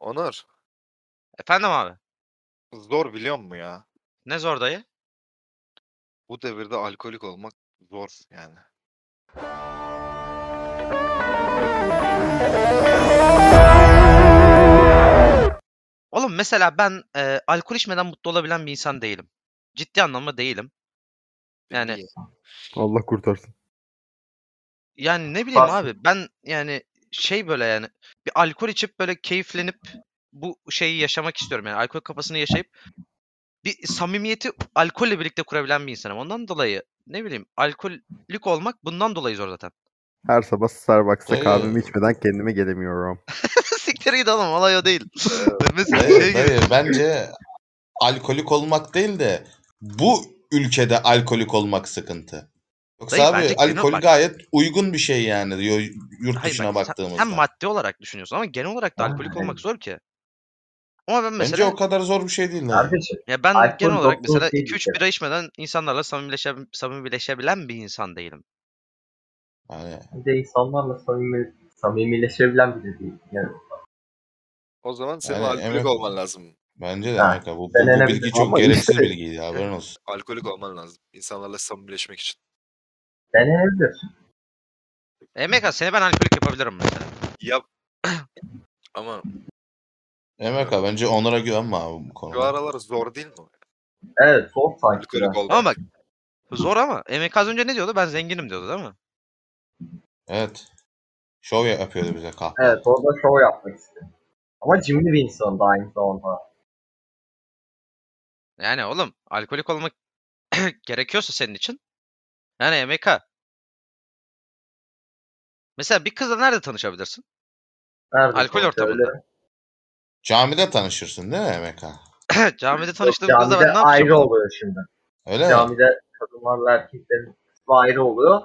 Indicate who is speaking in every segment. Speaker 1: Onur,
Speaker 2: Efendim abi.
Speaker 1: zor biliyor musun ya?
Speaker 2: Ne zor dayı?
Speaker 1: Bu devirde alkolik olmak zor yani.
Speaker 2: Oğlum mesela ben e, alkol içmeden mutlu olabilen bir insan değilim. Ciddi anlamda değilim. Yani
Speaker 1: Niye?
Speaker 3: Allah kurtarsın.
Speaker 2: yani ne bileyim
Speaker 4: Bas.
Speaker 2: abi ben yani şey böyle yani bir alkol içip böyle keyiflenip bu şeyi yaşamak istiyorum yani alkol kafasını yaşayıp bir samimiyeti alkolle birlikte kurabilen bir insanım. Ondan dolayı ne bileyim alkolik olmak bundan dolayı zor zaten.
Speaker 3: Her sabah Starbucks'ta
Speaker 2: Ee,
Speaker 4: Oo.
Speaker 3: kahvemi içmeden kendime gelemiyorum.
Speaker 2: Siktir git oğlum olay o değil. Mesela
Speaker 4: Dayı,
Speaker 2: şey gibi.
Speaker 4: dayı, bence alkolik olmak değil de bu ülkede alkolik olmak sıkıntı. Yoksa
Speaker 2: Dayı,
Speaker 4: abi
Speaker 2: bence genel
Speaker 4: alkol
Speaker 2: bak-
Speaker 4: gayet uygun bir şey yani yo- yurt
Speaker 2: Hayır
Speaker 4: dışına
Speaker 2: bak, sen-
Speaker 4: baktığımızda.
Speaker 2: Sen maddi olarak düşünüyorsun ama genel olarak da alkolik olmak zor ki. Ama ben
Speaker 4: Bence
Speaker 2: mesela
Speaker 4: o kadar zor bir şey değil. Abi.
Speaker 5: Kardeşim
Speaker 2: ya ben
Speaker 5: alkol
Speaker 2: genel olarak
Speaker 5: doktor
Speaker 2: mesela
Speaker 5: değil
Speaker 2: 2-3
Speaker 5: işte.
Speaker 2: bira içmeden insanlarla samimileşe, samimileşebilen bir insan değilim.
Speaker 4: Yani,
Speaker 5: bir de insanlarla samimi, samimileşebilen biri değil. Yani
Speaker 1: O zaman senin
Speaker 4: Yani
Speaker 1: alkolik
Speaker 4: evet.
Speaker 1: olman lazım.
Speaker 4: bence de
Speaker 5: Ha,
Speaker 4: alaka. Bu, bu- bu
Speaker 5: denenebilir
Speaker 4: bilgi çok
Speaker 3: ama
Speaker 4: gereksiz
Speaker 3: işte-
Speaker 4: bilgiydi haberin olsun.
Speaker 1: Alkolik olman lazım. İnsanlarla samimileşmek için.
Speaker 5: denenebilir.
Speaker 2: Emeka E, seni ben alkolik yapabilirim mesela.
Speaker 1: Yap. Ama
Speaker 4: Emeka bence Onur'a güvenme abi bu
Speaker 1: şu
Speaker 4: konuda.
Speaker 1: aralar zor değil mi?
Speaker 5: Evet zor sanki. biraz.
Speaker 1: Alkolik olmak.
Speaker 2: Ama bak zor ama Emeka az önce ne diyordu? Ben zenginim diyordu değil mi?
Speaker 4: Evet. Şov yapıyordu bize kahve.
Speaker 5: Evet orada şov yapmak istedim. Ama cimri bir insan da aynı zamanda.
Speaker 2: Yani oğlum alkolik olmak gerekiyorsa senin için. Yani Emeka. Mesela bir kızla nerede tanışabilirsin?
Speaker 5: Nerede
Speaker 2: Alkol
Speaker 5: sonuçta
Speaker 2: ortamında.
Speaker 5: öyle?
Speaker 4: Camide tanışırsın değil mi Emeka?
Speaker 2: Camide
Speaker 5: Yok,
Speaker 2: tanıştığım kızla ben ne
Speaker 5: camide
Speaker 2: yapacağım?
Speaker 5: ayrı
Speaker 2: oğlum?
Speaker 5: oluyor şimdi.
Speaker 4: Öyle mi?
Speaker 5: Camide kadınlarla erkeklerin kısmı ayrı oluyor.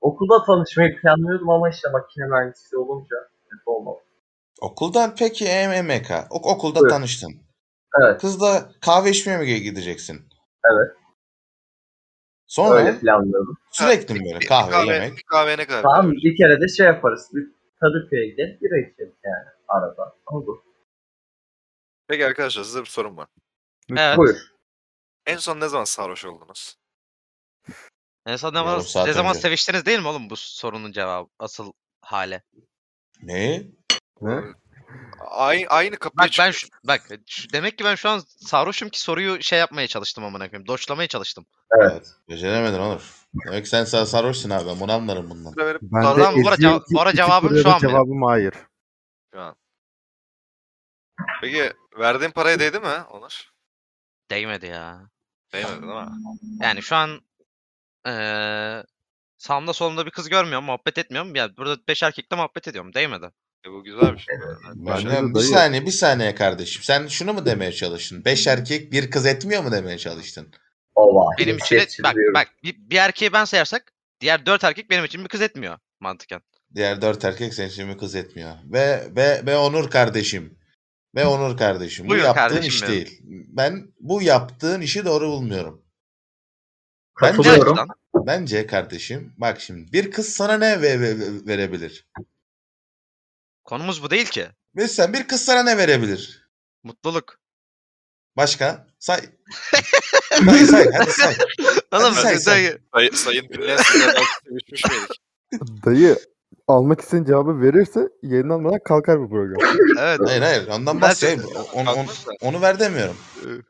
Speaker 5: Okulda tanışmayı planlıyordum ama işte makine mühendisi olunca kötü olmadı.
Speaker 4: Okuldan peki Emeka. Ok okulda
Speaker 5: Buyur.
Speaker 4: tanıştın.
Speaker 5: Evet
Speaker 4: Kızla kahve içmeye mi gideceksin?
Speaker 5: Evet.
Speaker 4: Sonra
Speaker 5: öyle planlıyordum.
Speaker 4: sürekli mi böyle kahve,
Speaker 1: kahve,
Speaker 4: yemek?
Speaker 1: bir kahve ne kadar?
Speaker 5: Tamam bir kere de şey yaparız. Bir Kadıköy'e gidip bira içeriz yani arada. Olur.
Speaker 1: Peki arkadaşlar size bir sorum var.
Speaker 2: Evet.
Speaker 5: Buyur.
Speaker 1: En son ne zaman sarhoş oldunuz?
Speaker 2: En son ne
Speaker 4: Yarım
Speaker 2: E, zaman,
Speaker 4: saat
Speaker 2: ne zaman
Speaker 4: önce.
Speaker 2: seviştiniz değil mi oğlum bu sorunun cevabı asıl hale.
Speaker 4: Ne?
Speaker 3: Ne?
Speaker 1: Aynı, aynı kapıya
Speaker 2: Bak ben
Speaker 1: çıkıyor.
Speaker 2: şu, bak şu- demek ki ben şu an sarhoşum ki soruyu şey yapmaya çalıştım amına koyayım. Doçlamaya çalıştım.
Speaker 5: Evet.
Speaker 4: Beceremedin Onur. Demek ki sen sen sarhoşsun abi. Ben bunu anlarım bundan.
Speaker 1: Sıra verip
Speaker 3: Ben
Speaker 2: Lan lan, bu ara
Speaker 3: ezici
Speaker 2: ceva-
Speaker 3: iki-
Speaker 2: bu ara
Speaker 3: iki
Speaker 2: cevabım
Speaker 3: soruya
Speaker 2: şu
Speaker 3: da
Speaker 2: an benim.
Speaker 3: Cevabım hayır.
Speaker 1: şu an. Peki verdiğin paraya değdi mi Onur?
Speaker 2: Değmedi ya.
Speaker 1: Değmedi değil mi?
Speaker 2: Yani şu an eee sağımda solumda bir kız görmüyorum, muhabbet etmiyorum. Ya burada beş erkekle muhabbet ediyorum. Değmedi.
Speaker 1: E, bu güzel bir şey.
Speaker 4: Bence
Speaker 3: de
Speaker 4: bir
Speaker 3: dayı.
Speaker 4: saniye bir saniye kardeşim. Sen şunu mu demeye çalıştın? Beş erkek bir kız etmiyor mu demeye çalıştın?
Speaker 5: O var.
Speaker 2: Benim için et- bak bak bir, bir erkeği ben sayarsak diğer dört erkek benim için bir kız etmiyor mantıken.
Speaker 4: Diğer dört erkek senin için bir kız etmiyor. Ve ve ve Onur kardeşim. Ve Onur kardeşim. Bu
Speaker 2: Buyur
Speaker 4: yaptığın
Speaker 2: kardeşim
Speaker 4: iş
Speaker 2: benim.
Speaker 4: değil. Ben bu yaptığın işi doğru bulmuyorum.
Speaker 2: Ne
Speaker 4: Bence-
Speaker 5: Katılıyorum.
Speaker 2: açıdan?
Speaker 4: Bence kardeşim bak şimdi bir kız sana ne ve- ve- ve- verebilir?
Speaker 2: Konumuz bu değil ki.
Speaker 4: Mesela bir kız sana ne verebilir?
Speaker 2: Mutluluk.
Speaker 4: Başka? Say. say say hadi say.
Speaker 2: Oğlum
Speaker 4: sen- sen-
Speaker 2: dayı-
Speaker 1: Say- sayın dinleyen sizlerden sevişmiş miydik?
Speaker 3: Dayı almak istediğin cevabı verirse yayınlanmadan kalkar bu program.
Speaker 2: Evet.
Speaker 4: Hayır hayır ondan
Speaker 2: Ben-
Speaker 4: bahsedeyim. O- Onu, onu, onu ver demiyorum.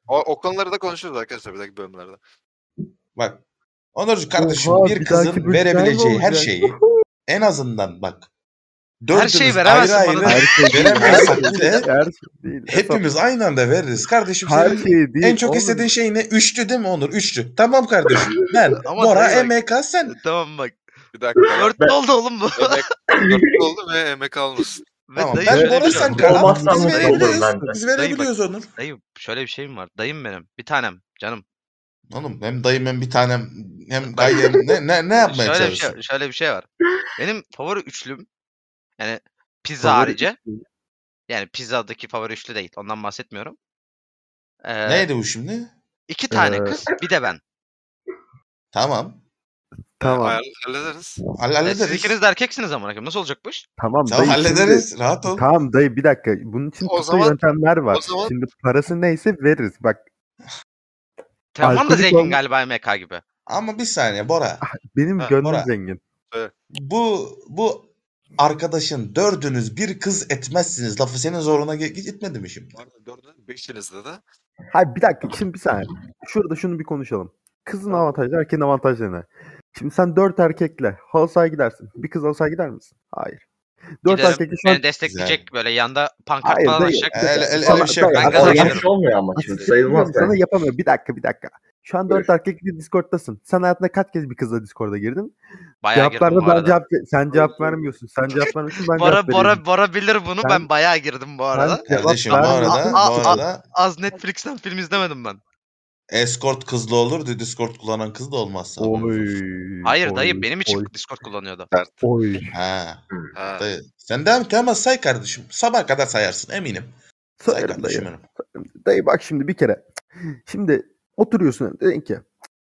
Speaker 1: O, o konuları da konuşuruz arkadaşlar bir dahaki bölümlerde.
Speaker 4: Bak Onurcu kardeşim
Speaker 3: Oha,
Speaker 4: bir
Speaker 3: bir
Speaker 4: kızın
Speaker 3: dahaki bölüm
Speaker 4: verebileceği
Speaker 3: nerede
Speaker 4: her
Speaker 3: olacak?
Speaker 4: şeyi en azından bak.
Speaker 2: Her şeyi
Speaker 4: dördümüz
Speaker 2: veremezsin
Speaker 4: ayrı
Speaker 2: bana
Speaker 4: ayrı
Speaker 3: Her şey değil.
Speaker 4: Veremiyorsak bile
Speaker 3: Her şey değil.
Speaker 4: hepimiz aynı anda veririz. Kardeşim
Speaker 3: her
Speaker 4: senin
Speaker 3: şey değil.
Speaker 4: en çok
Speaker 3: oğlum.
Speaker 4: istediğin şey ne? Üçlü değil mi Onur? Üçlü. Tamam kardeşim. Ben,
Speaker 2: Ama
Speaker 4: Bora,
Speaker 2: dayı bak-
Speaker 4: MK sen.
Speaker 2: Tamam bak.
Speaker 1: Bir dakika.
Speaker 2: Dörtlü oldu oğlum bu.
Speaker 1: Emek, dört oldu ve emek almışsın.
Speaker 2: Ve
Speaker 4: Tamam
Speaker 2: dayı
Speaker 4: ben
Speaker 2: şöyle
Speaker 4: Bora
Speaker 2: bir şey
Speaker 4: sen
Speaker 2: var.
Speaker 5: Kara-
Speaker 4: Kaan.
Speaker 5: Olmazsa
Speaker 4: Biz
Speaker 5: mutlu olurum
Speaker 4: verebiliriz.
Speaker 5: bence.
Speaker 4: Biz
Speaker 2: bak-
Speaker 4: verebiliyoruz Onur.
Speaker 2: Dayı şöyle bir şeyim var. Dayım benim. Bir tanem. Canım.
Speaker 4: Oğlum hem dayım hem bir tanem hem dayı hem ne, ne, ne yapmaya
Speaker 2: şöyle bir şey,
Speaker 4: çalışıyorsun?
Speaker 2: şöyle bir şey var. Benim favori üçlüm yani pizza
Speaker 3: Favori
Speaker 2: harici. Yani pizzadaki favori üçlü değil. Ondan bahsetmiyorum. Ee,
Speaker 4: Neydi bu şimdi?
Speaker 2: İki tane
Speaker 3: Ee,
Speaker 2: kız bir de ben.
Speaker 4: Tamam.
Speaker 3: Tamam.
Speaker 1: Ayar- hallederiz.
Speaker 4: Hall-
Speaker 2: E,
Speaker 4: hallederiz.
Speaker 2: siz ikiniz de erkeksiniz amına koyayım. Nasıl olacak bu iş?
Speaker 3: Tamam
Speaker 4: Tamam
Speaker 3: dayı, şimdi-
Speaker 4: hallederiz. Rahat ol.
Speaker 3: Tamam dayı bir dakika. Bunun için
Speaker 1: O
Speaker 3: kısa
Speaker 1: zaman-
Speaker 3: yöntemler var.
Speaker 1: o zaman-
Speaker 3: Şimdi parası neyse veririz. Bak
Speaker 2: Teoman da
Speaker 3: Alkolik
Speaker 2: zengin
Speaker 3: olma-
Speaker 2: galiba MK gibi.
Speaker 4: Ama bir saniye Bora.
Speaker 3: benim
Speaker 2: Ha,
Speaker 3: gönlüm
Speaker 4: Bora.
Speaker 3: zengin.
Speaker 4: Bu bu arkadaşın dördünüz bir kız etmezsiniz. Lafı senin zoruna ge- gitmedi mi şimdi?
Speaker 1: Bu arada dördünüz, beşinizde de.
Speaker 3: Hayır bir dakika şimdi bir saniye. Şurada şunu bir konuşalım. Kızın avantajları erkeğin avantajları ne? Şimdi sen dört erkekle halı sahaya gidersin. Bir kız halı sahaya gider misin? Hayır. Dört
Speaker 2: Giderim,
Speaker 3: erkekle şu an...
Speaker 2: Beni destekleyecek böyle yanda pankart
Speaker 3: Hayır,
Speaker 2: falan
Speaker 3: dayı.
Speaker 2: açacak.
Speaker 4: Öyle, öyle- öyle
Speaker 3: Sana-
Speaker 4: bir şey yok.
Speaker 2: Ben
Speaker 4: Ben
Speaker 2: gaza
Speaker 5: Ama
Speaker 4: Bora-
Speaker 2: gelirim.
Speaker 5: yanlış olmuyor ama şimdi sayılmaz
Speaker 3: Sana
Speaker 5: yani.
Speaker 3: yapamıyor. Bir dakika bir dakika. Şu an dört
Speaker 5: Buyur.
Speaker 3: erkekle Discord'tasın. Sen hayatında kaç kez bir kızla Discord'a girdin?
Speaker 2: Bayağı girdim bu
Speaker 3: Cevaplarda ben
Speaker 2: arada.
Speaker 3: cevap sen cevap vermiyorsun. Sen cevap vermiyorsun ben
Speaker 2: Bora,
Speaker 3: cevap veriyorum.
Speaker 2: Bora, Bora bilir bunu.
Speaker 3: Ben-
Speaker 2: Ben, bayağı girdim bu arada.
Speaker 3: Ben cevap
Speaker 4: Kardeşim bu
Speaker 3: vermiyorum.
Speaker 4: arada, bu
Speaker 2: Aa, aa,
Speaker 4: arada
Speaker 2: Az Netflix'ten film izlemedim ben.
Speaker 4: escort kızlı olur, Discord kullanan kız da olmazsa.
Speaker 3: Oy,
Speaker 2: Hayır
Speaker 3: oy,
Speaker 2: dayı benim için
Speaker 3: Oy,
Speaker 2: Discord kullanıyordu.
Speaker 3: oy.
Speaker 4: Ha.
Speaker 1: Ha.
Speaker 4: Dayı. Sen devam et ama say kardeşim. Sabah kadar sayarsın eminim. Say
Speaker 3: Sayarım dayı.
Speaker 4: kardeşim benim.
Speaker 3: Dayı bak şimdi bir kere. Şimdi oturuyorsun dedin ki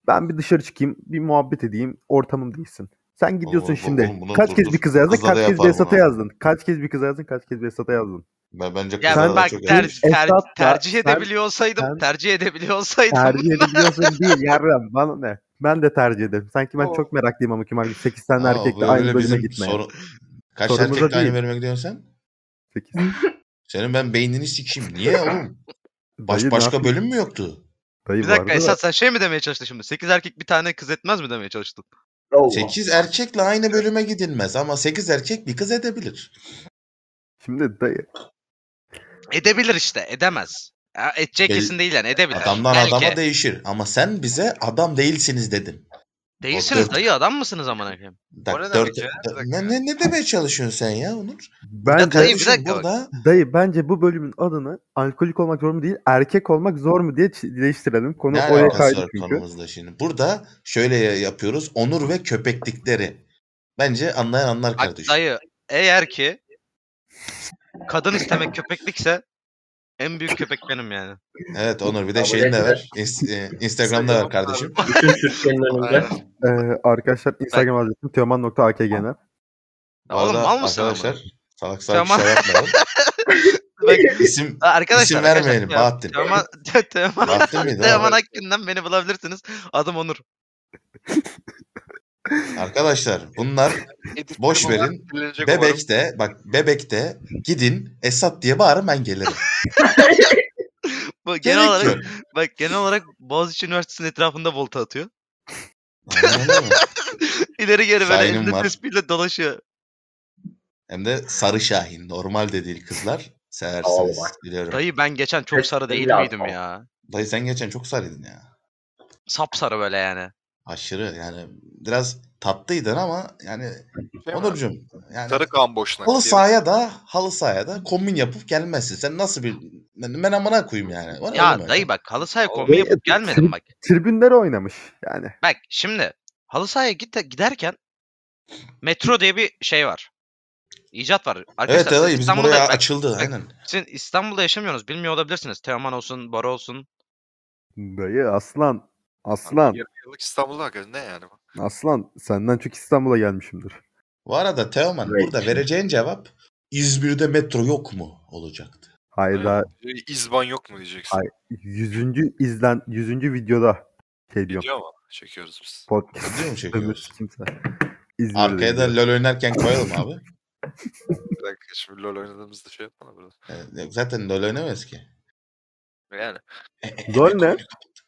Speaker 3: ben bir dışarı çıkayım bir muhabbet edeyim ortamım değilsin. Sen gidiyorsun
Speaker 4: oğlum,
Speaker 3: şimdi.
Speaker 4: oğlum, bunu
Speaker 3: kaç kez
Speaker 4: durdur.
Speaker 3: bir kıza yazdın,
Speaker 4: Kızla da
Speaker 3: kaç kez
Speaker 4: yapar
Speaker 3: bir
Speaker 4: bunu.
Speaker 3: Esat'a yazdın. Kaç kez bir kıza yazdın, kaç kez bir Esat'a yazdın.
Speaker 4: Ben bence
Speaker 2: Ya
Speaker 4: kızlara da
Speaker 2: bak
Speaker 4: çok
Speaker 2: ter-
Speaker 4: yakışır.
Speaker 2: ter-
Speaker 3: Esasla
Speaker 2: tercih
Speaker 3: sen-
Speaker 2: edebiliyor olsaydım,
Speaker 3: sen-
Speaker 2: tercih edebiliyor olsaydım.
Speaker 3: Tercih edebiliyorsun değil yarram bana ne. Ben de tercih ederim. Sanki ben
Speaker 1: Oo.
Speaker 3: çok meraklıyım ama kim 8 tane
Speaker 4: Aa,
Speaker 3: erkekle
Speaker 4: böyle
Speaker 3: aynı bölüme
Speaker 4: bizim
Speaker 3: gitmeye.
Speaker 4: soru- Kaç
Speaker 3: Sorumuza
Speaker 4: erkekle aynı
Speaker 3: değil.
Speaker 4: bölüme gidiyorsun sen?
Speaker 3: Sekiz.
Speaker 4: Senin ben beynini sikeyim. Niye oğlum? Baş,
Speaker 3: Dayı ne
Speaker 4: başka
Speaker 3: yapayım?
Speaker 4: bölüm mü yoktu?
Speaker 3: Dayı
Speaker 2: Bir
Speaker 3: bu
Speaker 2: dakika
Speaker 3: arada-
Speaker 2: Esat sen şey mi demeye çalıştın şimdi? 8 erkek bir tane kız etmez mi demeye çalıştın?
Speaker 5: Allah.
Speaker 4: 8 erkekle aynı bölüme gidilmez ama 8 erkek bir kız edebilir.
Speaker 3: Şimdi dayı.
Speaker 2: Edebilir işte, edemez. Ya, edecek
Speaker 4: Değil-
Speaker 2: kesin değil yani, edebilir.
Speaker 4: Adamdan
Speaker 2: Belki.
Speaker 4: adama değişir ama sen bize adam değilsiniz dedin.
Speaker 2: Değilsiniz
Speaker 4: Dört-
Speaker 2: dayı, adam mısınız amına koyayım?
Speaker 4: Bak,
Speaker 1: O ne
Speaker 4: dört-
Speaker 1: demek ya? Bir dakika.
Speaker 4: ne, ne, ne demeye çalışıyorsun sen ya Onur?
Speaker 3: Bence,
Speaker 2: Dayı, bir
Speaker 4: Kardeşim
Speaker 2: dakika bak.
Speaker 4: burada
Speaker 3: dayı bence bu bölümün adını alkolik olmak zor mu değil, erkek olmak zor mu diye çi- değiştirelim. Konu
Speaker 4: ne
Speaker 3: oraya
Speaker 4: alakası
Speaker 3: kaydı
Speaker 4: var
Speaker 3: çünkü.
Speaker 4: konumuzda şimdi? Burada şöyle yapıyoruz. Onur ve köpeklikleri. Bence anlayan anlar
Speaker 2: Bak
Speaker 4: kardeşim.
Speaker 2: dayı, eğer ki kadın istemek köpeklikse en büyük köpek benim yani.
Speaker 4: Evet Onur bir de
Speaker 5: Kabul
Speaker 4: şeyini de
Speaker 5: edilir.
Speaker 4: ver. İns- e, Instagram'da ver kardeşim.
Speaker 5: Bütün Türkiye'nin önünde.
Speaker 1: Aynen.
Speaker 3: Ee, arkadaşlar Instagram adresim teoman.akg'ne.
Speaker 2: Ya oğlum mal mısın ama?
Speaker 4: arkadaşlar salak salak
Speaker 2: Tamam.
Speaker 4: şey yapmayalım.
Speaker 2: Bak,
Speaker 4: İsim,
Speaker 2: Arkadaşlar,
Speaker 4: isim
Speaker 2: arkadaşlar,
Speaker 4: vermeyelim
Speaker 2: Teoman-
Speaker 4: Bahattin.
Speaker 2: Teoman, Te- Teoman,
Speaker 4: Bahattin miydi?
Speaker 2: Teoman
Speaker 4: o?
Speaker 2: Akgün'den beni bulabilirsiniz. Adım Onur.
Speaker 4: Arkadaşlar bunlar
Speaker 1: Editleri
Speaker 4: Boş
Speaker 1: bunlar
Speaker 4: verin.
Speaker 1: dinlenecek umarım.
Speaker 4: Bebek'te bak Bebek'te gidin Esat diye bağırın ben gelirim.
Speaker 2: Bu genel
Speaker 4: Gerek
Speaker 2: olarak
Speaker 4: yok.
Speaker 2: Bak genel olarak Boğaziçi Üniversitesi'nin etrafında volta atıyor.
Speaker 4: Anladın mı?
Speaker 2: İleri geri böyle
Speaker 4: Sahilim
Speaker 2: elinde
Speaker 4: var.
Speaker 2: tespihle dolaşıyor.
Speaker 4: Hem de sarı şahin. Normal de değil kızlar. Seversiniz
Speaker 5: Allah.
Speaker 4: biliyorum. Dayı.
Speaker 2: Dayı ben geçen çok sarı değil
Speaker 5: Tespihle
Speaker 2: miydim
Speaker 5: atma.
Speaker 2: ya?
Speaker 4: sen geçen çok sarıydın ya.
Speaker 2: Sap sarı böyle yani.
Speaker 4: Aşırı yani biraz tatlıydın ama yani
Speaker 1: Şey mi?
Speaker 4: Onurcuğum yani
Speaker 1: Sarı kan boşnak.
Speaker 4: halı
Speaker 1: diye.
Speaker 4: sahaya da halı sahaya da kombin yapıp gelmezsin. Sen nasıl bir ben, ben amına koyayım yani. Bana öyle mi
Speaker 2: Ya
Speaker 4: öyle?
Speaker 2: dayı bak halı sahaya
Speaker 1: Abi,
Speaker 2: kombi yapıp
Speaker 3: tri-
Speaker 2: gelmedim bak.
Speaker 3: Tribünlere oynamış yani.
Speaker 2: Bak şimdi halı sahaya git giderken metro diye bir şey var. İcat var.
Speaker 4: Evet
Speaker 2: Arkadaşlar siz
Speaker 4: dayı bizim
Speaker 2: İstanbul'da-
Speaker 4: buraya
Speaker 2: bak,
Speaker 4: açıldı
Speaker 2: bak-
Speaker 4: aynen.
Speaker 2: siz İstanbul'da yaşamıyorsunuz. Bilmiyor olabilirsiniz. Teoman olsun, Bora olsun.
Speaker 3: Dayı aslan.
Speaker 1: Hani
Speaker 3: Aslan.
Speaker 1: Yarım yıllık İstanbul'da hakikaten ne yani? bu?
Speaker 3: Aslan. Senden çok İstanbul'a gelmişimdir.
Speaker 4: Bu arada Teoman
Speaker 5: Evet.
Speaker 4: burada vereceğin cevap İzmir'de metro yok mu olacaktı.
Speaker 3: Hayır daha
Speaker 1: İzban yok mu diyeceksin.
Speaker 3: Ay, 100. izlen 100. videoda şey diyorum.
Speaker 1: Gidiyor ama çekiyoruz biz.
Speaker 3: Podcast.
Speaker 4: Biliyor musun
Speaker 3: Ömür
Speaker 4: çekiyoruz?
Speaker 3: kimse. İzmir'de
Speaker 4: Arkaya da
Speaker 3: izliyor.
Speaker 4: LoL oynarken koyalım abi.
Speaker 1: Bir dakika şimdi LoL oynadığımızda şey yapma burada.
Speaker 4: Ee, Zaten LoL oynamayız ki.
Speaker 1: Yani.
Speaker 3: Zor ne?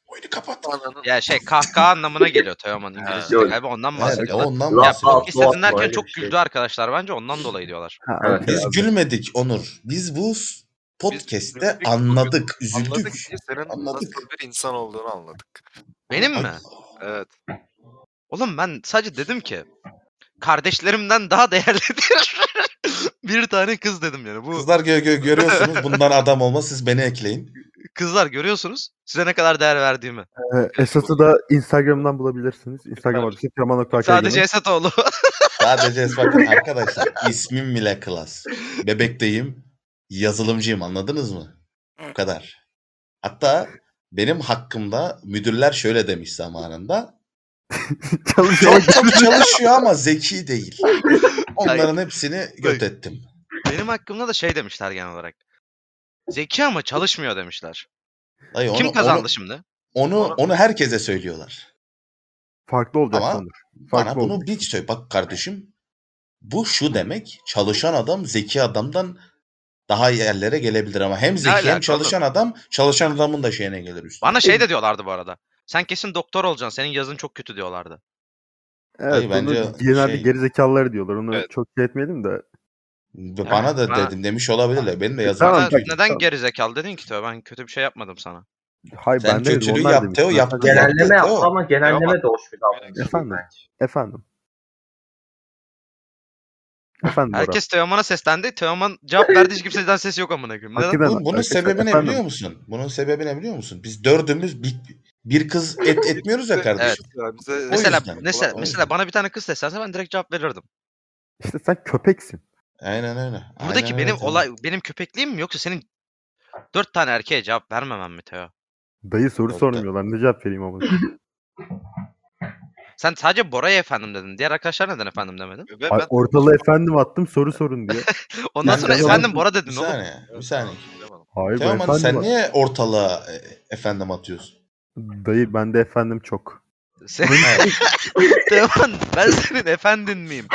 Speaker 4: Oyunu kapat.
Speaker 1: Ananın
Speaker 2: Ya şey kahkaha anlamına geliyor Teoman İngilizce
Speaker 5: Yok.
Speaker 2: galiba ondan
Speaker 4: Evet,
Speaker 2: bahsediyorlar.
Speaker 4: ondan
Speaker 5: Laf
Speaker 4: bahsediyorum.
Speaker 5: al.
Speaker 2: İstediğinden
Speaker 5: Doğru,
Speaker 2: herkes
Speaker 5: öyle
Speaker 2: çok
Speaker 5: bir şey.
Speaker 2: güldü arkadaşlar bence ondan dolayı diyorlar.
Speaker 3: Ha,
Speaker 5: Evet,
Speaker 3: okey
Speaker 4: Biz
Speaker 3: abi.
Speaker 4: gülmedik Onur. Biz bu s- podcast'te
Speaker 1: üzüldük,
Speaker 4: anladık, üzüldük.
Speaker 1: anladık ki senin
Speaker 4: Anladık.
Speaker 1: nasıl bir insan olduğunu anladık.
Speaker 2: Benim
Speaker 4: Ay,
Speaker 2: mi?
Speaker 1: Evet.
Speaker 2: Oğlum ben sadece dedim ki kardeşlerimden daha değerlidir. bir tane kız dedim yani. Bu
Speaker 4: Kızlar gö gö- görüyorsunuz. Bundan adam olmaz. Siz beni ekleyin.
Speaker 2: kızlar görüyorsunuz size ne kadar değer verdiğimi.
Speaker 3: Ee, Esat'ı da Instagram'dan bulabilirsiniz. Instagram adresi teoman.akg'ne.
Speaker 2: Sadece Esatoğlu.
Speaker 4: Sadece bakın arkadaşlar ismim bile klas. Bebekteyim, yazılımcıyım anladınız mı? Bu kadar. Hatta benim hakkımda müdürler şöyle demiş zamanında.
Speaker 3: Çalışıyor.
Speaker 4: Çok çok çalışıyor ama zeki değil. Onların hepsini göt ettim.
Speaker 2: Benim hakkımda da şey demişler genel olarak. Zeki ama çalışmıyor demişler.
Speaker 4: Dayı,
Speaker 2: Kim
Speaker 4: onu-
Speaker 2: kazandı
Speaker 4: onu-
Speaker 2: şimdi?
Speaker 4: Onu, onu herkese söylüyorlar.
Speaker 3: Farklı olacak
Speaker 4: Ama-
Speaker 3: sanırım.
Speaker 4: Bana
Speaker 3: Farklı
Speaker 4: bunu bir söyle. Bak kardeşim bu şu demek çalışan adam zeki adamdan daha iyi yerlere gelebilir ama hem zeki hem
Speaker 2: alaka
Speaker 4: çalışan adam çalışan adamın da şeyine gelir üstüne.
Speaker 2: Bana şey de diyorlardı bu arada. Sen kesin doktor olacaksın. Senin yazın çok kötü diyorlardı.
Speaker 3: Evet,
Speaker 4: Hayır,
Speaker 3: bunu
Speaker 4: bence
Speaker 3: genelde
Speaker 4: şey-
Speaker 3: gerizekalıları diyorlar. Onu
Speaker 1: Evet.
Speaker 3: çok şey etmeyelim de.
Speaker 4: B- Bana da
Speaker 2: bana-
Speaker 4: dedim demiş olabilirler. Benim de yazım
Speaker 3: Tamam,
Speaker 2: Bana
Speaker 3: peki,
Speaker 2: neden
Speaker 3: tamam.
Speaker 2: gerizekalı dedin ki tövbe ben kötü bir şey yapmadım sana.
Speaker 3: Hayır
Speaker 4: Sen
Speaker 3: ben demedim,
Speaker 4: kötülüğü
Speaker 3: onlar
Speaker 4: yaptı,
Speaker 3: demiş.
Speaker 4: o yaptı.
Speaker 3: Ben-
Speaker 5: Genelleme
Speaker 4: Yok.
Speaker 5: yaptı ama genelleme
Speaker 1: Yok.
Speaker 5: de hoş bir davranış.
Speaker 3: Efendim? Efendim. Efendim Bora.
Speaker 2: Herkes Teoman'a seslendi. Teoman cevap verdi hiç kimseden ses yok amına koyayım. Neden?
Speaker 3: Hakikaten
Speaker 4: Bu- bunun
Speaker 3: arkadaşlar,
Speaker 4: sebebi ne
Speaker 3: efendim.
Speaker 4: biliyor musun? Bunun sebebi ne biliyor musun? Biz dördümüz bir, bir kız et, etmiyoruz ya kardeşim. O
Speaker 2: Mesela
Speaker 4: yüzden.
Speaker 2: mesela,
Speaker 4: O
Speaker 2: mesela bana bir tane kız seslense ben direkt cevap verirdim.
Speaker 3: İşte sen köpeksin.
Speaker 4: Aynen öyle.
Speaker 2: Buradaki
Speaker 4: Aynen öyle
Speaker 2: benim
Speaker 4: tabii.
Speaker 2: olay benim köpekliğim mi yoksa senin dört tane erkeğe cevap vermemem mi Teo?
Speaker 3: Dayı soru
Speaker 4: Yok,
Speaker 3: sormuyorlar. Ne cevap vereyim ama.
Speaker 2: Sen sadece Bora'ya efendim dedin. Diğer arkadaşlar neden efendim demedin?
Speaker 1: Ve
Speaker 3: Ay,
Speaker 1: ben
Speaker 3: ortalığı efendim attım soru sorun diye.
Speaker 2: Ondan
Speaker 4: Ben
Speaker 2: sonra
Speaker 4: de-
Speaker 2: efendim Bora dedin
Speaker 4: Bir
Speaker 2: oğlum.
Speaker 4: saniye. Bir saniye.
Speaker 1: Bilemedim.
Speaker 3: Hayır ben
Speaker 4: Teoman
Speaker 3: efendim.
Speaker 4: sen
Speaker 3: at-
Speaker 4: niye ortalığa e, efendim atıyorsun?
Speaker 3: Dayı bende efendim çok.
Speaker 2: Sen,
Speaker 4: Evet.
Speaker 2: Teoman ben senin efendin miyim?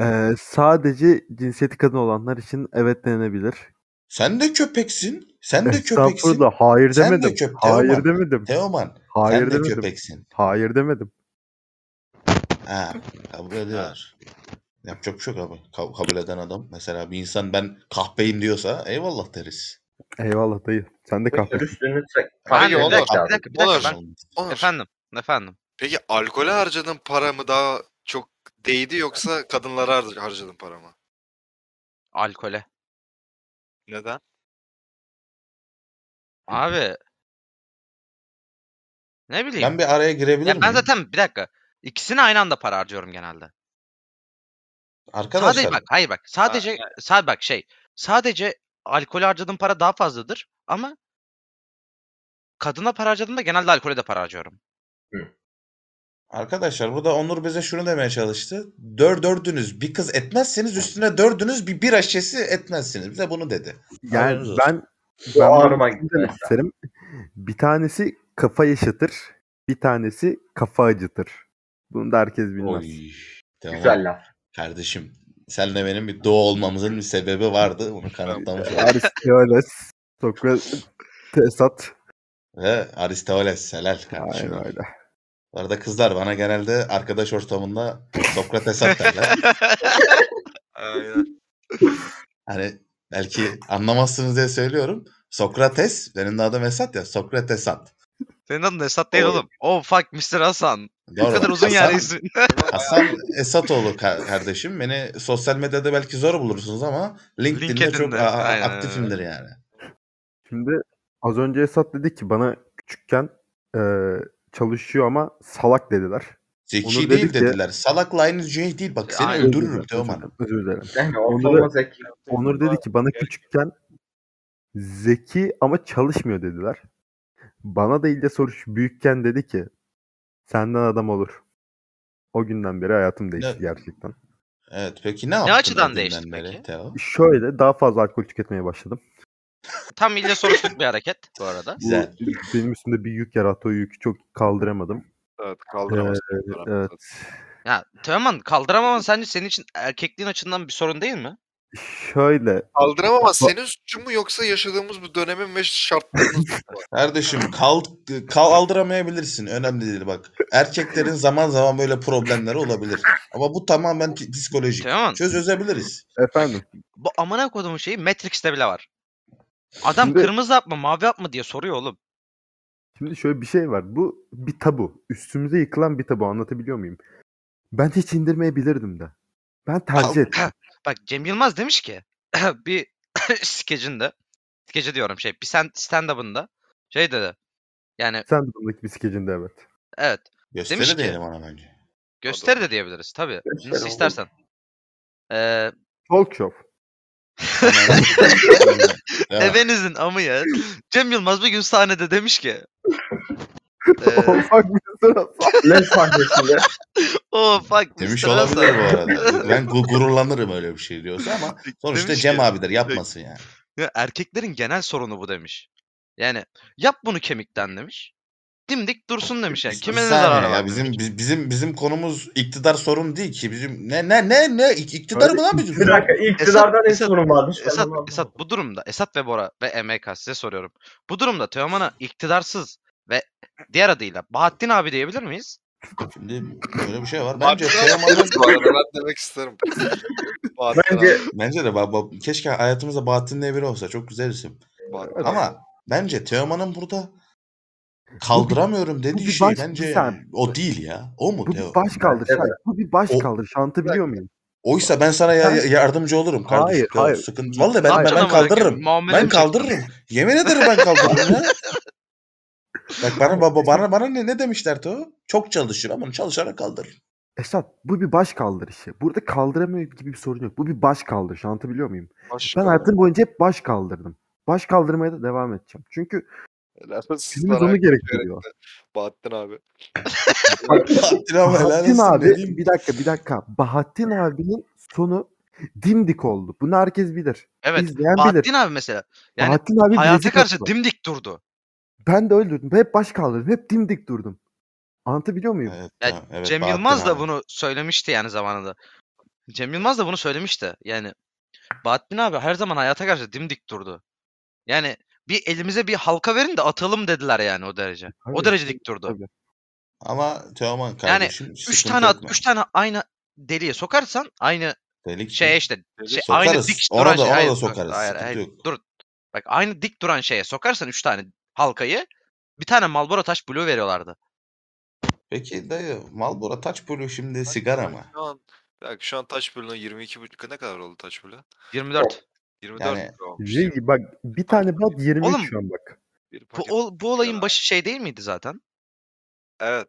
Speaker 3: Ee, sadece cinsiyeti kadın olanlar için evet denebilir.
Speaker 4: Sen de köpeksin. Sen de köpeksin.
Speaker 3: Estağfurullah. Hayır
Speaker 4: Sen de
Speaker 3: demedim.
Speaker 4: köp-
Speaker 3: hayır
Speaker 4: Teoman.
Speaker 3: demedim.
Speaker 4: Teoman
Speaker 3: Hayır
Speaker 4: sen de
Speaker 3: demedim.
Speaker 4: köpeksin.
Speaker 3: Hayır demedim.
Speaker 4: Ha, kabul ediyorlar. Yapacak bir şey yok abi. Ka- kabul eden adam. Mesela bir insan ben kahpeyim diyorsa eyvallah deriz.
Speaker 3: Eyvallah dayı. Sen de kahve.
Speaker 5: Dürüstlüğünü
Speaker 2: Ben-
Speaker 5: fark
Speaker 1: bir
Speaker 5: etmek
Speaker 2: dakika, bir
Speaker 5: lazım.
Speaker 2: dakika. bir
Speaker 1: Olur.
Speaker 2: ben-
Speaker 1: Onur,
Speaker 2: Efendim. Efendim.
Speaker 1: Peki alkole harcadığın para mı daha çok değdi yoksa kadınlara har- harcadığın para mı?
Speaker 2: Alkole.
Speaker 1: Neden?
Speaker 2: Abi. Ne bileyim.
Speaker 4: Ben bir araya girebilir
Speaker 2: ya
Speaker 4: miyim?
Speaker 2: ben zaten bir dakika. İkisine aynı anda para harcıyorum genelde.
Speaker 4: Arkadaşlar
Speaker 2: Sadece bak hayır bak. Sadece sadece bak şey. Sadece alkole harcadığım para daha fazladır ama kadına para harcadığımda genelde alkole de para harcıyorum.
Speaker 4: Arkadaşlar burada Onur bize şunu demeye çalıştı. Dör dördünüz bir kız etmezseniz üstüne dördünüz bir bira şişesi etmezsiniz. Bize bunu dedi.
Speaker 3: Yani
Speaker 4: Haberiniz olsun.
Speaker 3: ben
Speaker 5: Bu
Speaker 3: ben bunu
Speaker 5: ağrıma
Speaker 3: şunu
Speaker 5: gitti
Speaker 3: demek
Speaker 5: mesela.
Speaker 3: isterim. Bir tanesi kafa yaşatır. Bir tanesi kafa acıtır. Bunu da herkes bilmez.
Speaker 4: Oy. Tamam.
Speaker 5: Güzel laf.
Speaker 4: Kardeşim senle benim bir doğu olmamızın bir sebebi vardı. Bunu kanıtlamış olduk.
Speaker 3: Aristoteles, Sokrates, Tesat.
Speaker 4: Ve Aristoteles helal kardeşim.
Speaker 3: Aynen öyle.
Speaker 4: Bu arada kızlar bana genelde arkadaş ortamında Sokrates atarlar.
Speaker 1: Aynen.
Speaker 4: hani belki anlamazsınız diye söylüyorum. Sokrates, benim de adım Esat ya. Sokrates at.
Speaker 2: Senin adın Esat değil
Speaker 5: Oy.
Speaker 2: oğlum. Oh fuck Mr. Hasan. Ne kadar uzun
Speaker 4: Hasan-
Speaker 2: yani ismin.
Speaker 4: Hasan Esatoğlu ka- kardeşim. Beni sosyal medyada belki zor bulursunuz ama LinkedIn'de, çok
Speaker 2: LinkedIn'de,
Speaker 4: a- a-
Speaker 2: aynen,
Speaker 4: aktifimdir yani.
Speaker 3: Şimdi az önce Esat dedi ki bana küçükken eee, çalışıyor ama salak dediler.
Speaker 4: Zeki
Speaker 3: Onur dedi
Speaker 4: değil
Speaker 3: ki-
Speaker 4: dediler. Salakla aynı şey değil. Bak seni
Speaker 2: Aynen.
Speaker 4: öldürürüm Teoman.
Speaker 3: Özür dilerim, Özür dilerim.
Speaker 5: Yani
Speaker 3: Onur-
Speaker 5: ortalama zeki.
Speaker 3: Onur dedi ki bana küçükken zeki ama çalışmıyor dediler. Bana değil de soruş büyükken dedi ki senden adam olur. O günden beri hayatım değişti
Speaker 4: Ne-
Speaker 3: gerçekten.
Speaker 4: Evet peki ne yaptın?
Speaker 2: açıdan
Speaker 4: o günden
Speaker 2: değişti
Speaker 4: beri
Speaker 2: peki?
Speaker 4: Teo?
Speaker 3: Şöyle daha fazla alkol tüketmeye başladım.
Speaker 2: Tam ile sorusluk bir hareket bu arada.
Speaker 3: Bu
Speaker 4: Güzel.
Speaker 3: benim üstümde bir yük yarattı. O yükü çok kaldıramadım. Ee,
Speaker 1: Evet kaldıramaz.
Speaker 3: Evet.
Speaker 2: Ya Teoman kaldıramam sence senin için erkekliğin açısından bir sorun değil mi?
Speaker 3: Şöyle
Speaker 1: Kaldıramamaz. Senin suçun mu yoksa yaşadığımız bu dönemin ve şartlarının suçu mu?
Speaker 4: Kardeşim kal, kaldıramayabilirsin. Önemli değil bak. Erkeklerin zaman zaman böyle problemleri olabilir. Ama bu tamamen pi- psikolojik.
Speaker 2: Teoman
Speaker 4: Çöz özebiliriz.
Speaker 3: efendim
Speaker 2: bu amına koyduğum şeyi Matrix'te bile var. Adam
Speaker 3: Şimdi-
Speaker 2: kırmızı yapma mavi yapma diye soruyor oğlum.
Speaker 3: Şimdi şöyle bir şey var. Bu bir tabu. Üstümüze yıkılan bir tabu. Anlatabiliyor muyum? Ben hiç indirmeyebilirdim de. Ben tercih ettim.
Speaker 2: Bak Cem Yılmaz demiş ki bir skecinde skeci diyorum şey bir sen- stand-up'ında şey dedi. Yani
Speaker 3: Sen de bundaki bir skecinde evet.
Speaker 2: evet Demiş
Speaker 4: Gösteri
Speaker 2: ki-
Speaker 4: diyelim ona bence.
Speaker 2: gösteri de diyebiliriz tabii.
Speaker 5: Gösteri
Speaker 2: Nasıl
Speaker 5: olur.
Speaker 2: istersen. Ee,
Speaker 3: Talk show.
Speaker 4: Aynen. Aynen. Devam.
Speaker 2: Evinizin amı ya. Cem Yılmaz bir gün sahnede demiş ki Ee,
Speaker 3: Ufak bir şey sıra.
Speaker 5: Lens sahnesinde.
Speaker 2: oh fuck.
Speaker 4: Demiş
Speaker 2: Mr. Hasan.
Speaker 4: olabilir bu arada. Ben gu- gururlanırım öyle bir şey diyorsa ama sonuçta
Speaker 2: Demiş
Speaker 4: Cem
Speaker 2: ki-
Speaker 4: abidir yapmasın yani.
Speaker 2: Ya erkeklerin genel sorunu bu demiş. Yani yap bunu kemikten demiş. Dimdik dursun demiş yani.
Speaker 4: Bir
Speaker 2: Kime ne
Speaker 4: saniye
Speaker 2: zararı
Speaker 4: ya,
Speaker 2: var?
Speaker 4: bizim
Speaker 2: demiş.
Speaker 4: biz- bizim bizim konumuz iktidar sorun değil ki. Bizim ne ne ne ne İk- iktidar
Speaker 3: Abi
Speaker 4: mı lan bizim?
Speaker 5: Bir dakika iktidardan en
Speaker 2: Esat-
Speaker 5: sorun varmış. Ben
Speaker 2: Esat,
Speaker 5: bunu anlamadım.
Speaker 2: Esat bu durumda Esat ve Bora ve MK size soruyorum. Bu durumda Teoman'a iktidarsız ve diğer adıyla Bahattin abi diyebilir miyiz?
Speaker 4: Şimdi böyle bir şey var.
Speaker 1: Bence
Speaker 4: Bence Teoman'ın
Speaker 1: bu arada ben demek isterim. Bahattin
Speaker 5: Bence
Speaker 4: bence de ba- ba- keşke hayatımızda Bahattin diye biri olsa çok güzel isim.
Speaker 1: abi, Bahattin.
Speaker 3: Evet.
Speaker 4: Ama bence Teoman'ın burada kaldıramıyorum dediği
Speaker 3: bir
Speaker 4: şey
Speaker 3: baş-
Speaker 4: bence
Speaker 3: bir saniye.
Speaker 4: o değil ya. O mu
Speaker 3: Bu bir
Speaker 4: Teo?
Speaker 3: baş kaldır.
Speaker 5: Evet.
Speaker 3: Şahit. Bu bir baş
Speaker 4: O-
Speaker 3: kaldır. Şantı biliyor muyum?
Speaker 4: Oysa ben sana ya- ya- yardımcı olurum kardeşim.
Speaker 3: Hayır,
Speaker 4: Teo.
Speaker 3: hayır.
Speaker 4: Sıkıntı. Vallahi ben, ben,
Speaker 2: Yapacaksın
Speaker 4: ben
Speaker 2: amına koyayım,
Speaker 4: kaldırırım.
Speaker 2: muamele
Speaker 4: Ben
Speaker 2: mi çekeceksin?
Speaker 4: kaldırırım. Yemin ederim ben kaldırırım ya. Bak bana baba bana bana ne ne demişler Teo? Çok çalışır ama çalışarak kaldırır.
Speaker 3: Esat bu bir baş kaldırışı. Burada kaldıramıyor gibi bir sorun yok. Bu bir baş kaldırışı. Anlatabiliyor muyum?
Speaker 1: Baş
Speaker 3: Ben
Speaker 1: kaldı.
Speaker 3: hayatım boyunca hep baş kaldırdım. Baş kaldırmaya da devam edeceğim. Çünkü
Speaker 1: Helal olsun
Speaker 3: günümüz
Speaker 1: sana.
Speaker 3: onu gerektiriyor.
Speaker 1: Bahattin abi.
Speaker 4: Bahattin abi helal
Speaker 3: Bahattin
Speaker 4: olsun ne
Speaker 3: abi
Speaker 4: diyeyim?
Speaker 3: bir dakika bir dakika. Bahattin abinin sonu dimdik oldu. Bunu herkes bilir.
Speaker 2: Evet.
Speaker 3: İzleyen bilir.
Speaker 2: Bahattin abi mesela. Yani
Speaker 3: Bahattin abi
Speaker 2: hayata
Speaker 3: bilecik
Speaker 2: karşı
Speaker 3: atıyor.
Speaker 2: dimdik durdu.
Speaker 3: Ben de öyle durdum. Hep baş kaldırdım. Hep dimdik durdum. Anlatabiliyor muyum?
Speaker 4: Evet,
Speaker 2: Ya,
Speaker 4: tamam, evet,
Speaker 2: Cem
Speaker 4: Bahattin
Speaker 2: Yılmaz da
Speaker 4: abi.
Speaker 2: bunu söylemişti yani zamanında. Cem Yılmaz da bunu söylemişti. Yani Bahattin abi her zaman hayata karşı dimdik durdu. Yani bir elimize bir halka verin de atalım dediler yani o derece. o
Speaker 3: Tabii,
Speaker 2: derece
Speaker 3: tabii,
Speaker 2: dik durdu.
Speaker 3: tabii.
Speaker 4: Ama Teoman kardeşim yani,
Speaker 2: 3 tane at, 3 tane aynı deliğe sokarsan aynı
Speaker 4: Delik
Speaker 2: şeye
Speaker 4: mi?
Speaker 2: işte
Speaker 1: Delik
Speaker 2: şey, aynı
Speaker 4: sokarız.
Speaker 2: dik
Speaker 4: Ona
Speaker 2: duran
Speaker 4: da-
Speaker 2: şeye-
Speaker 4: ona da
Speaker 2: hayır,
Speaker 4: sokarız.
Speaker 2: hayır,
Speaker 4: Sıkıntı
Speaker 2: hayır,
Speaker 4: yok.
Speaker 2: Dur. Bak aynı dik duran şeye sokarsan 3 tane halkayı bir tane Marlboro taş blue veriyorlardı.
Speaker 4: Peki dayı Marlboro Taç Polo şimdi sigara mı?
Speaker 1: Şu an, bir dakika, şu an taş bölüne 22 buçuk ne kadar oldu taş bölüne?
Speaker 2: 24.
Speaker 1: 24
Speaker 4: Yani-
Speaker 1: lira olmuş.
Speaker 3: Zeki, Şey, bak bir tane bat 23
Speaker 2: Oğlum,
Speaker 3: şu an bak.
Speaker 1: Bir
Speaker 2: Bu,
Speaker 1: paket
Speaker 2: ol- bu olayın
Speaker 1: sigara.
Speaker 2: başı şey değil miydi zaten?
Speaker 1: Evet.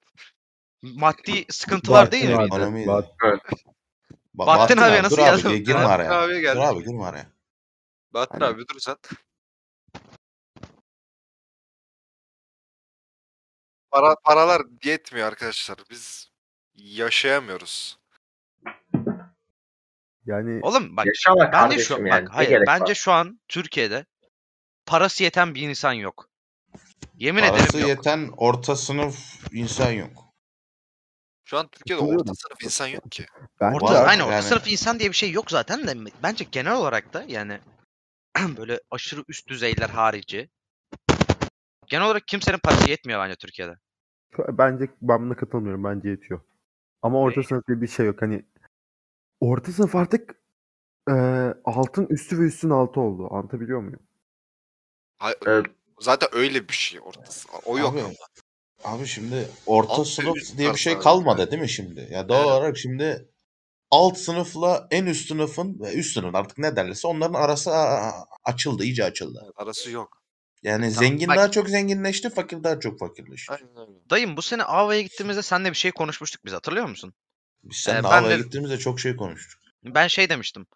Speaker 2: Maddi sıkıntılar
Speaker 3: Bahattin
Speaker 2: değil
Speaker 3: abi.
Speaker 2: miydi?
Speaker 4: Ekonomiydi.
Speaker 3: Bahat-
Speaker 5: Evet.
Speaker 4: Ba-
Speaker 2: Bahattin abi
Speaker 4: dur
Speaker 2: nasıl
Speaker 4: abi
Speaker 2: yazdım?
Speaker 4: gir- girme
Speaker 1: Bahattin
Speaker 4: araya.
Speaker 1: abiye
Speaker 4: Dur
Speaker 1: geldi.
Speaker 4: abi girme araya.
Speaker 1: Bahattin
Speaker 4: Hani-
Speaker 1: abi dur sen. Para, paralar yetmiyor arkadaşlar. Biz yaşayamıyoruz.
Speaker 3: Yani
Speaker 2: Oğlum bak
Speaker 5: Yaşa bak
Speaker 2: bence
Speaker 5: kardeşim
Speaker 2: şu
Speaker 5: yani.
Speaker 2: bak
Speaker 5: Ne
Speaker 2: hayır
Speaker 5: gerek
Speaker 2: bence
Speaker 5: var?
Speaker 2: şu an Türkiye'de parası yeten bir insan yok. Yemin
Speaker 4: Parası
Speaker 2: ederim yok.
Speaker 4: yeten orta sınıf insan yok.
Speaker 1: Şu an Türkiye'de
Speaker 3: Katılıyorum.
Speaker 1: orta sınıf insan yok ki.
Speaker 3: bence
Speaker 2: Orta,
Speaker 4: Var,
Speaker 2: aynı orta
Speaker 4: yani-
Speaker 2: sınıf insan diye bir şey yok zaten de bence genel olarak da yani böyle aşırı üst düzeyler harici genel olarak kimsenin parası yetmiyor bence Türkiye'de.
Speaker 3: bence ben buna katılmıyorum. Bence yetiyor. Ama orta
Speaker 2: Ne?
Speaker 3: sınıf diye bir şey yok. Hani orta sınıf artık e, altın üstü ve üstün altı oldu. Anlatabiliyor muyum?
Speaker 1: Hay-
Speaker 5: Evet.
Speaker 1: Zaten öyle bir şey ortası. O yok.
Speaker 4: Abi, abi şimdi orta
Speaker 1: Alt ve üst
Speaker 4: sınıf diye bir
Speaker 1: var
Speaker 4: şey
Speaker 1: sadece.
Speaker 4: kalmadı değil mi şimdi? Ya doğal
Speaker 1: Evet.
Speaker 4: olarak şimdi alt sınıfla en üst sınıfın ve üst sınıfın artık ne derlerse onların arası a- açıldı, iyice açıldı.
Speaker 1: Arası yok.
Speaker 4: Yani
Speaker 2: E, Tamam,
Speaker 4: zengin
Speaker 2: bak-
Speaker 4: daha çok zenginleşti, fakir daha çok fakirleşti.
Speaker 1: Aynen öyle.
Speaker 2: Dayım bu sene Ava'ya gittiğimizde seninle bir şey konuşmuştuk biz hatırlıyor musun?
Speaker 4: Biz seninle
Speaker 2: e, ben de-
Speaker 4: havaya gittiğimizde çok şey konuştuk.
Speaker 2: Ben şey demiştim.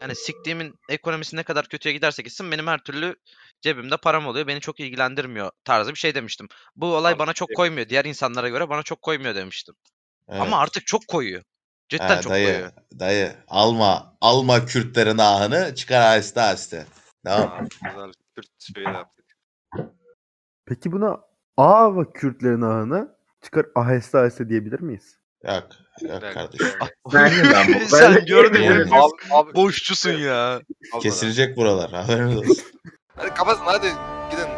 Speaker 2: Yani siktiğimin ekonomisi ne kadar kötüye giderse gitsin benim her türlü cebimde param oluyor. Beni çok ilgilendirmiyor tarzı bir şey demiştim. Bu olay
Speaker 1: Artık
Speaker 2: bana çok
Speaker 1: değil.
Speaker 2: koymuyor. Diğer insanlara göre bana çok koymuyor demiştim.
Speaker 4: şey Evet.
Speaker 2: Ama artık çok koyuyor. Cidden
Speaker 4: Ha,
Speaker 2: çok
Speaker 4: dayı,
Speaker 2: koyuyor.
Speaker 4: dayı alma, alma Kürtlerin ahını çıkar aheste aheste. Tamam.
Speaker 1: Aa, güzel. Kürt şeyi de yaptık.
Speaker 3: Peki buna A ve Kürtlerin ağını çıkar aheste aheste diyebilir miyiz?
Speaker 4: Yok, yok
Speaker 1: Evet.
Speaker 4: kardeşim.
Speaker 5: Ben de ben bu. Ben de
Speaker 2: Sen gördün
Speaker 4: diyebilirim.
Speaker 2: mü?
Speaker 1: Abi, abi,
Speaker 2: Boşçusun ya.
Speaker 1: kalmadan.
Speaker 4: Kesilecek buralar. Haberiniz olsun.
Speaker 1: Hadi kapatın hadi gidin.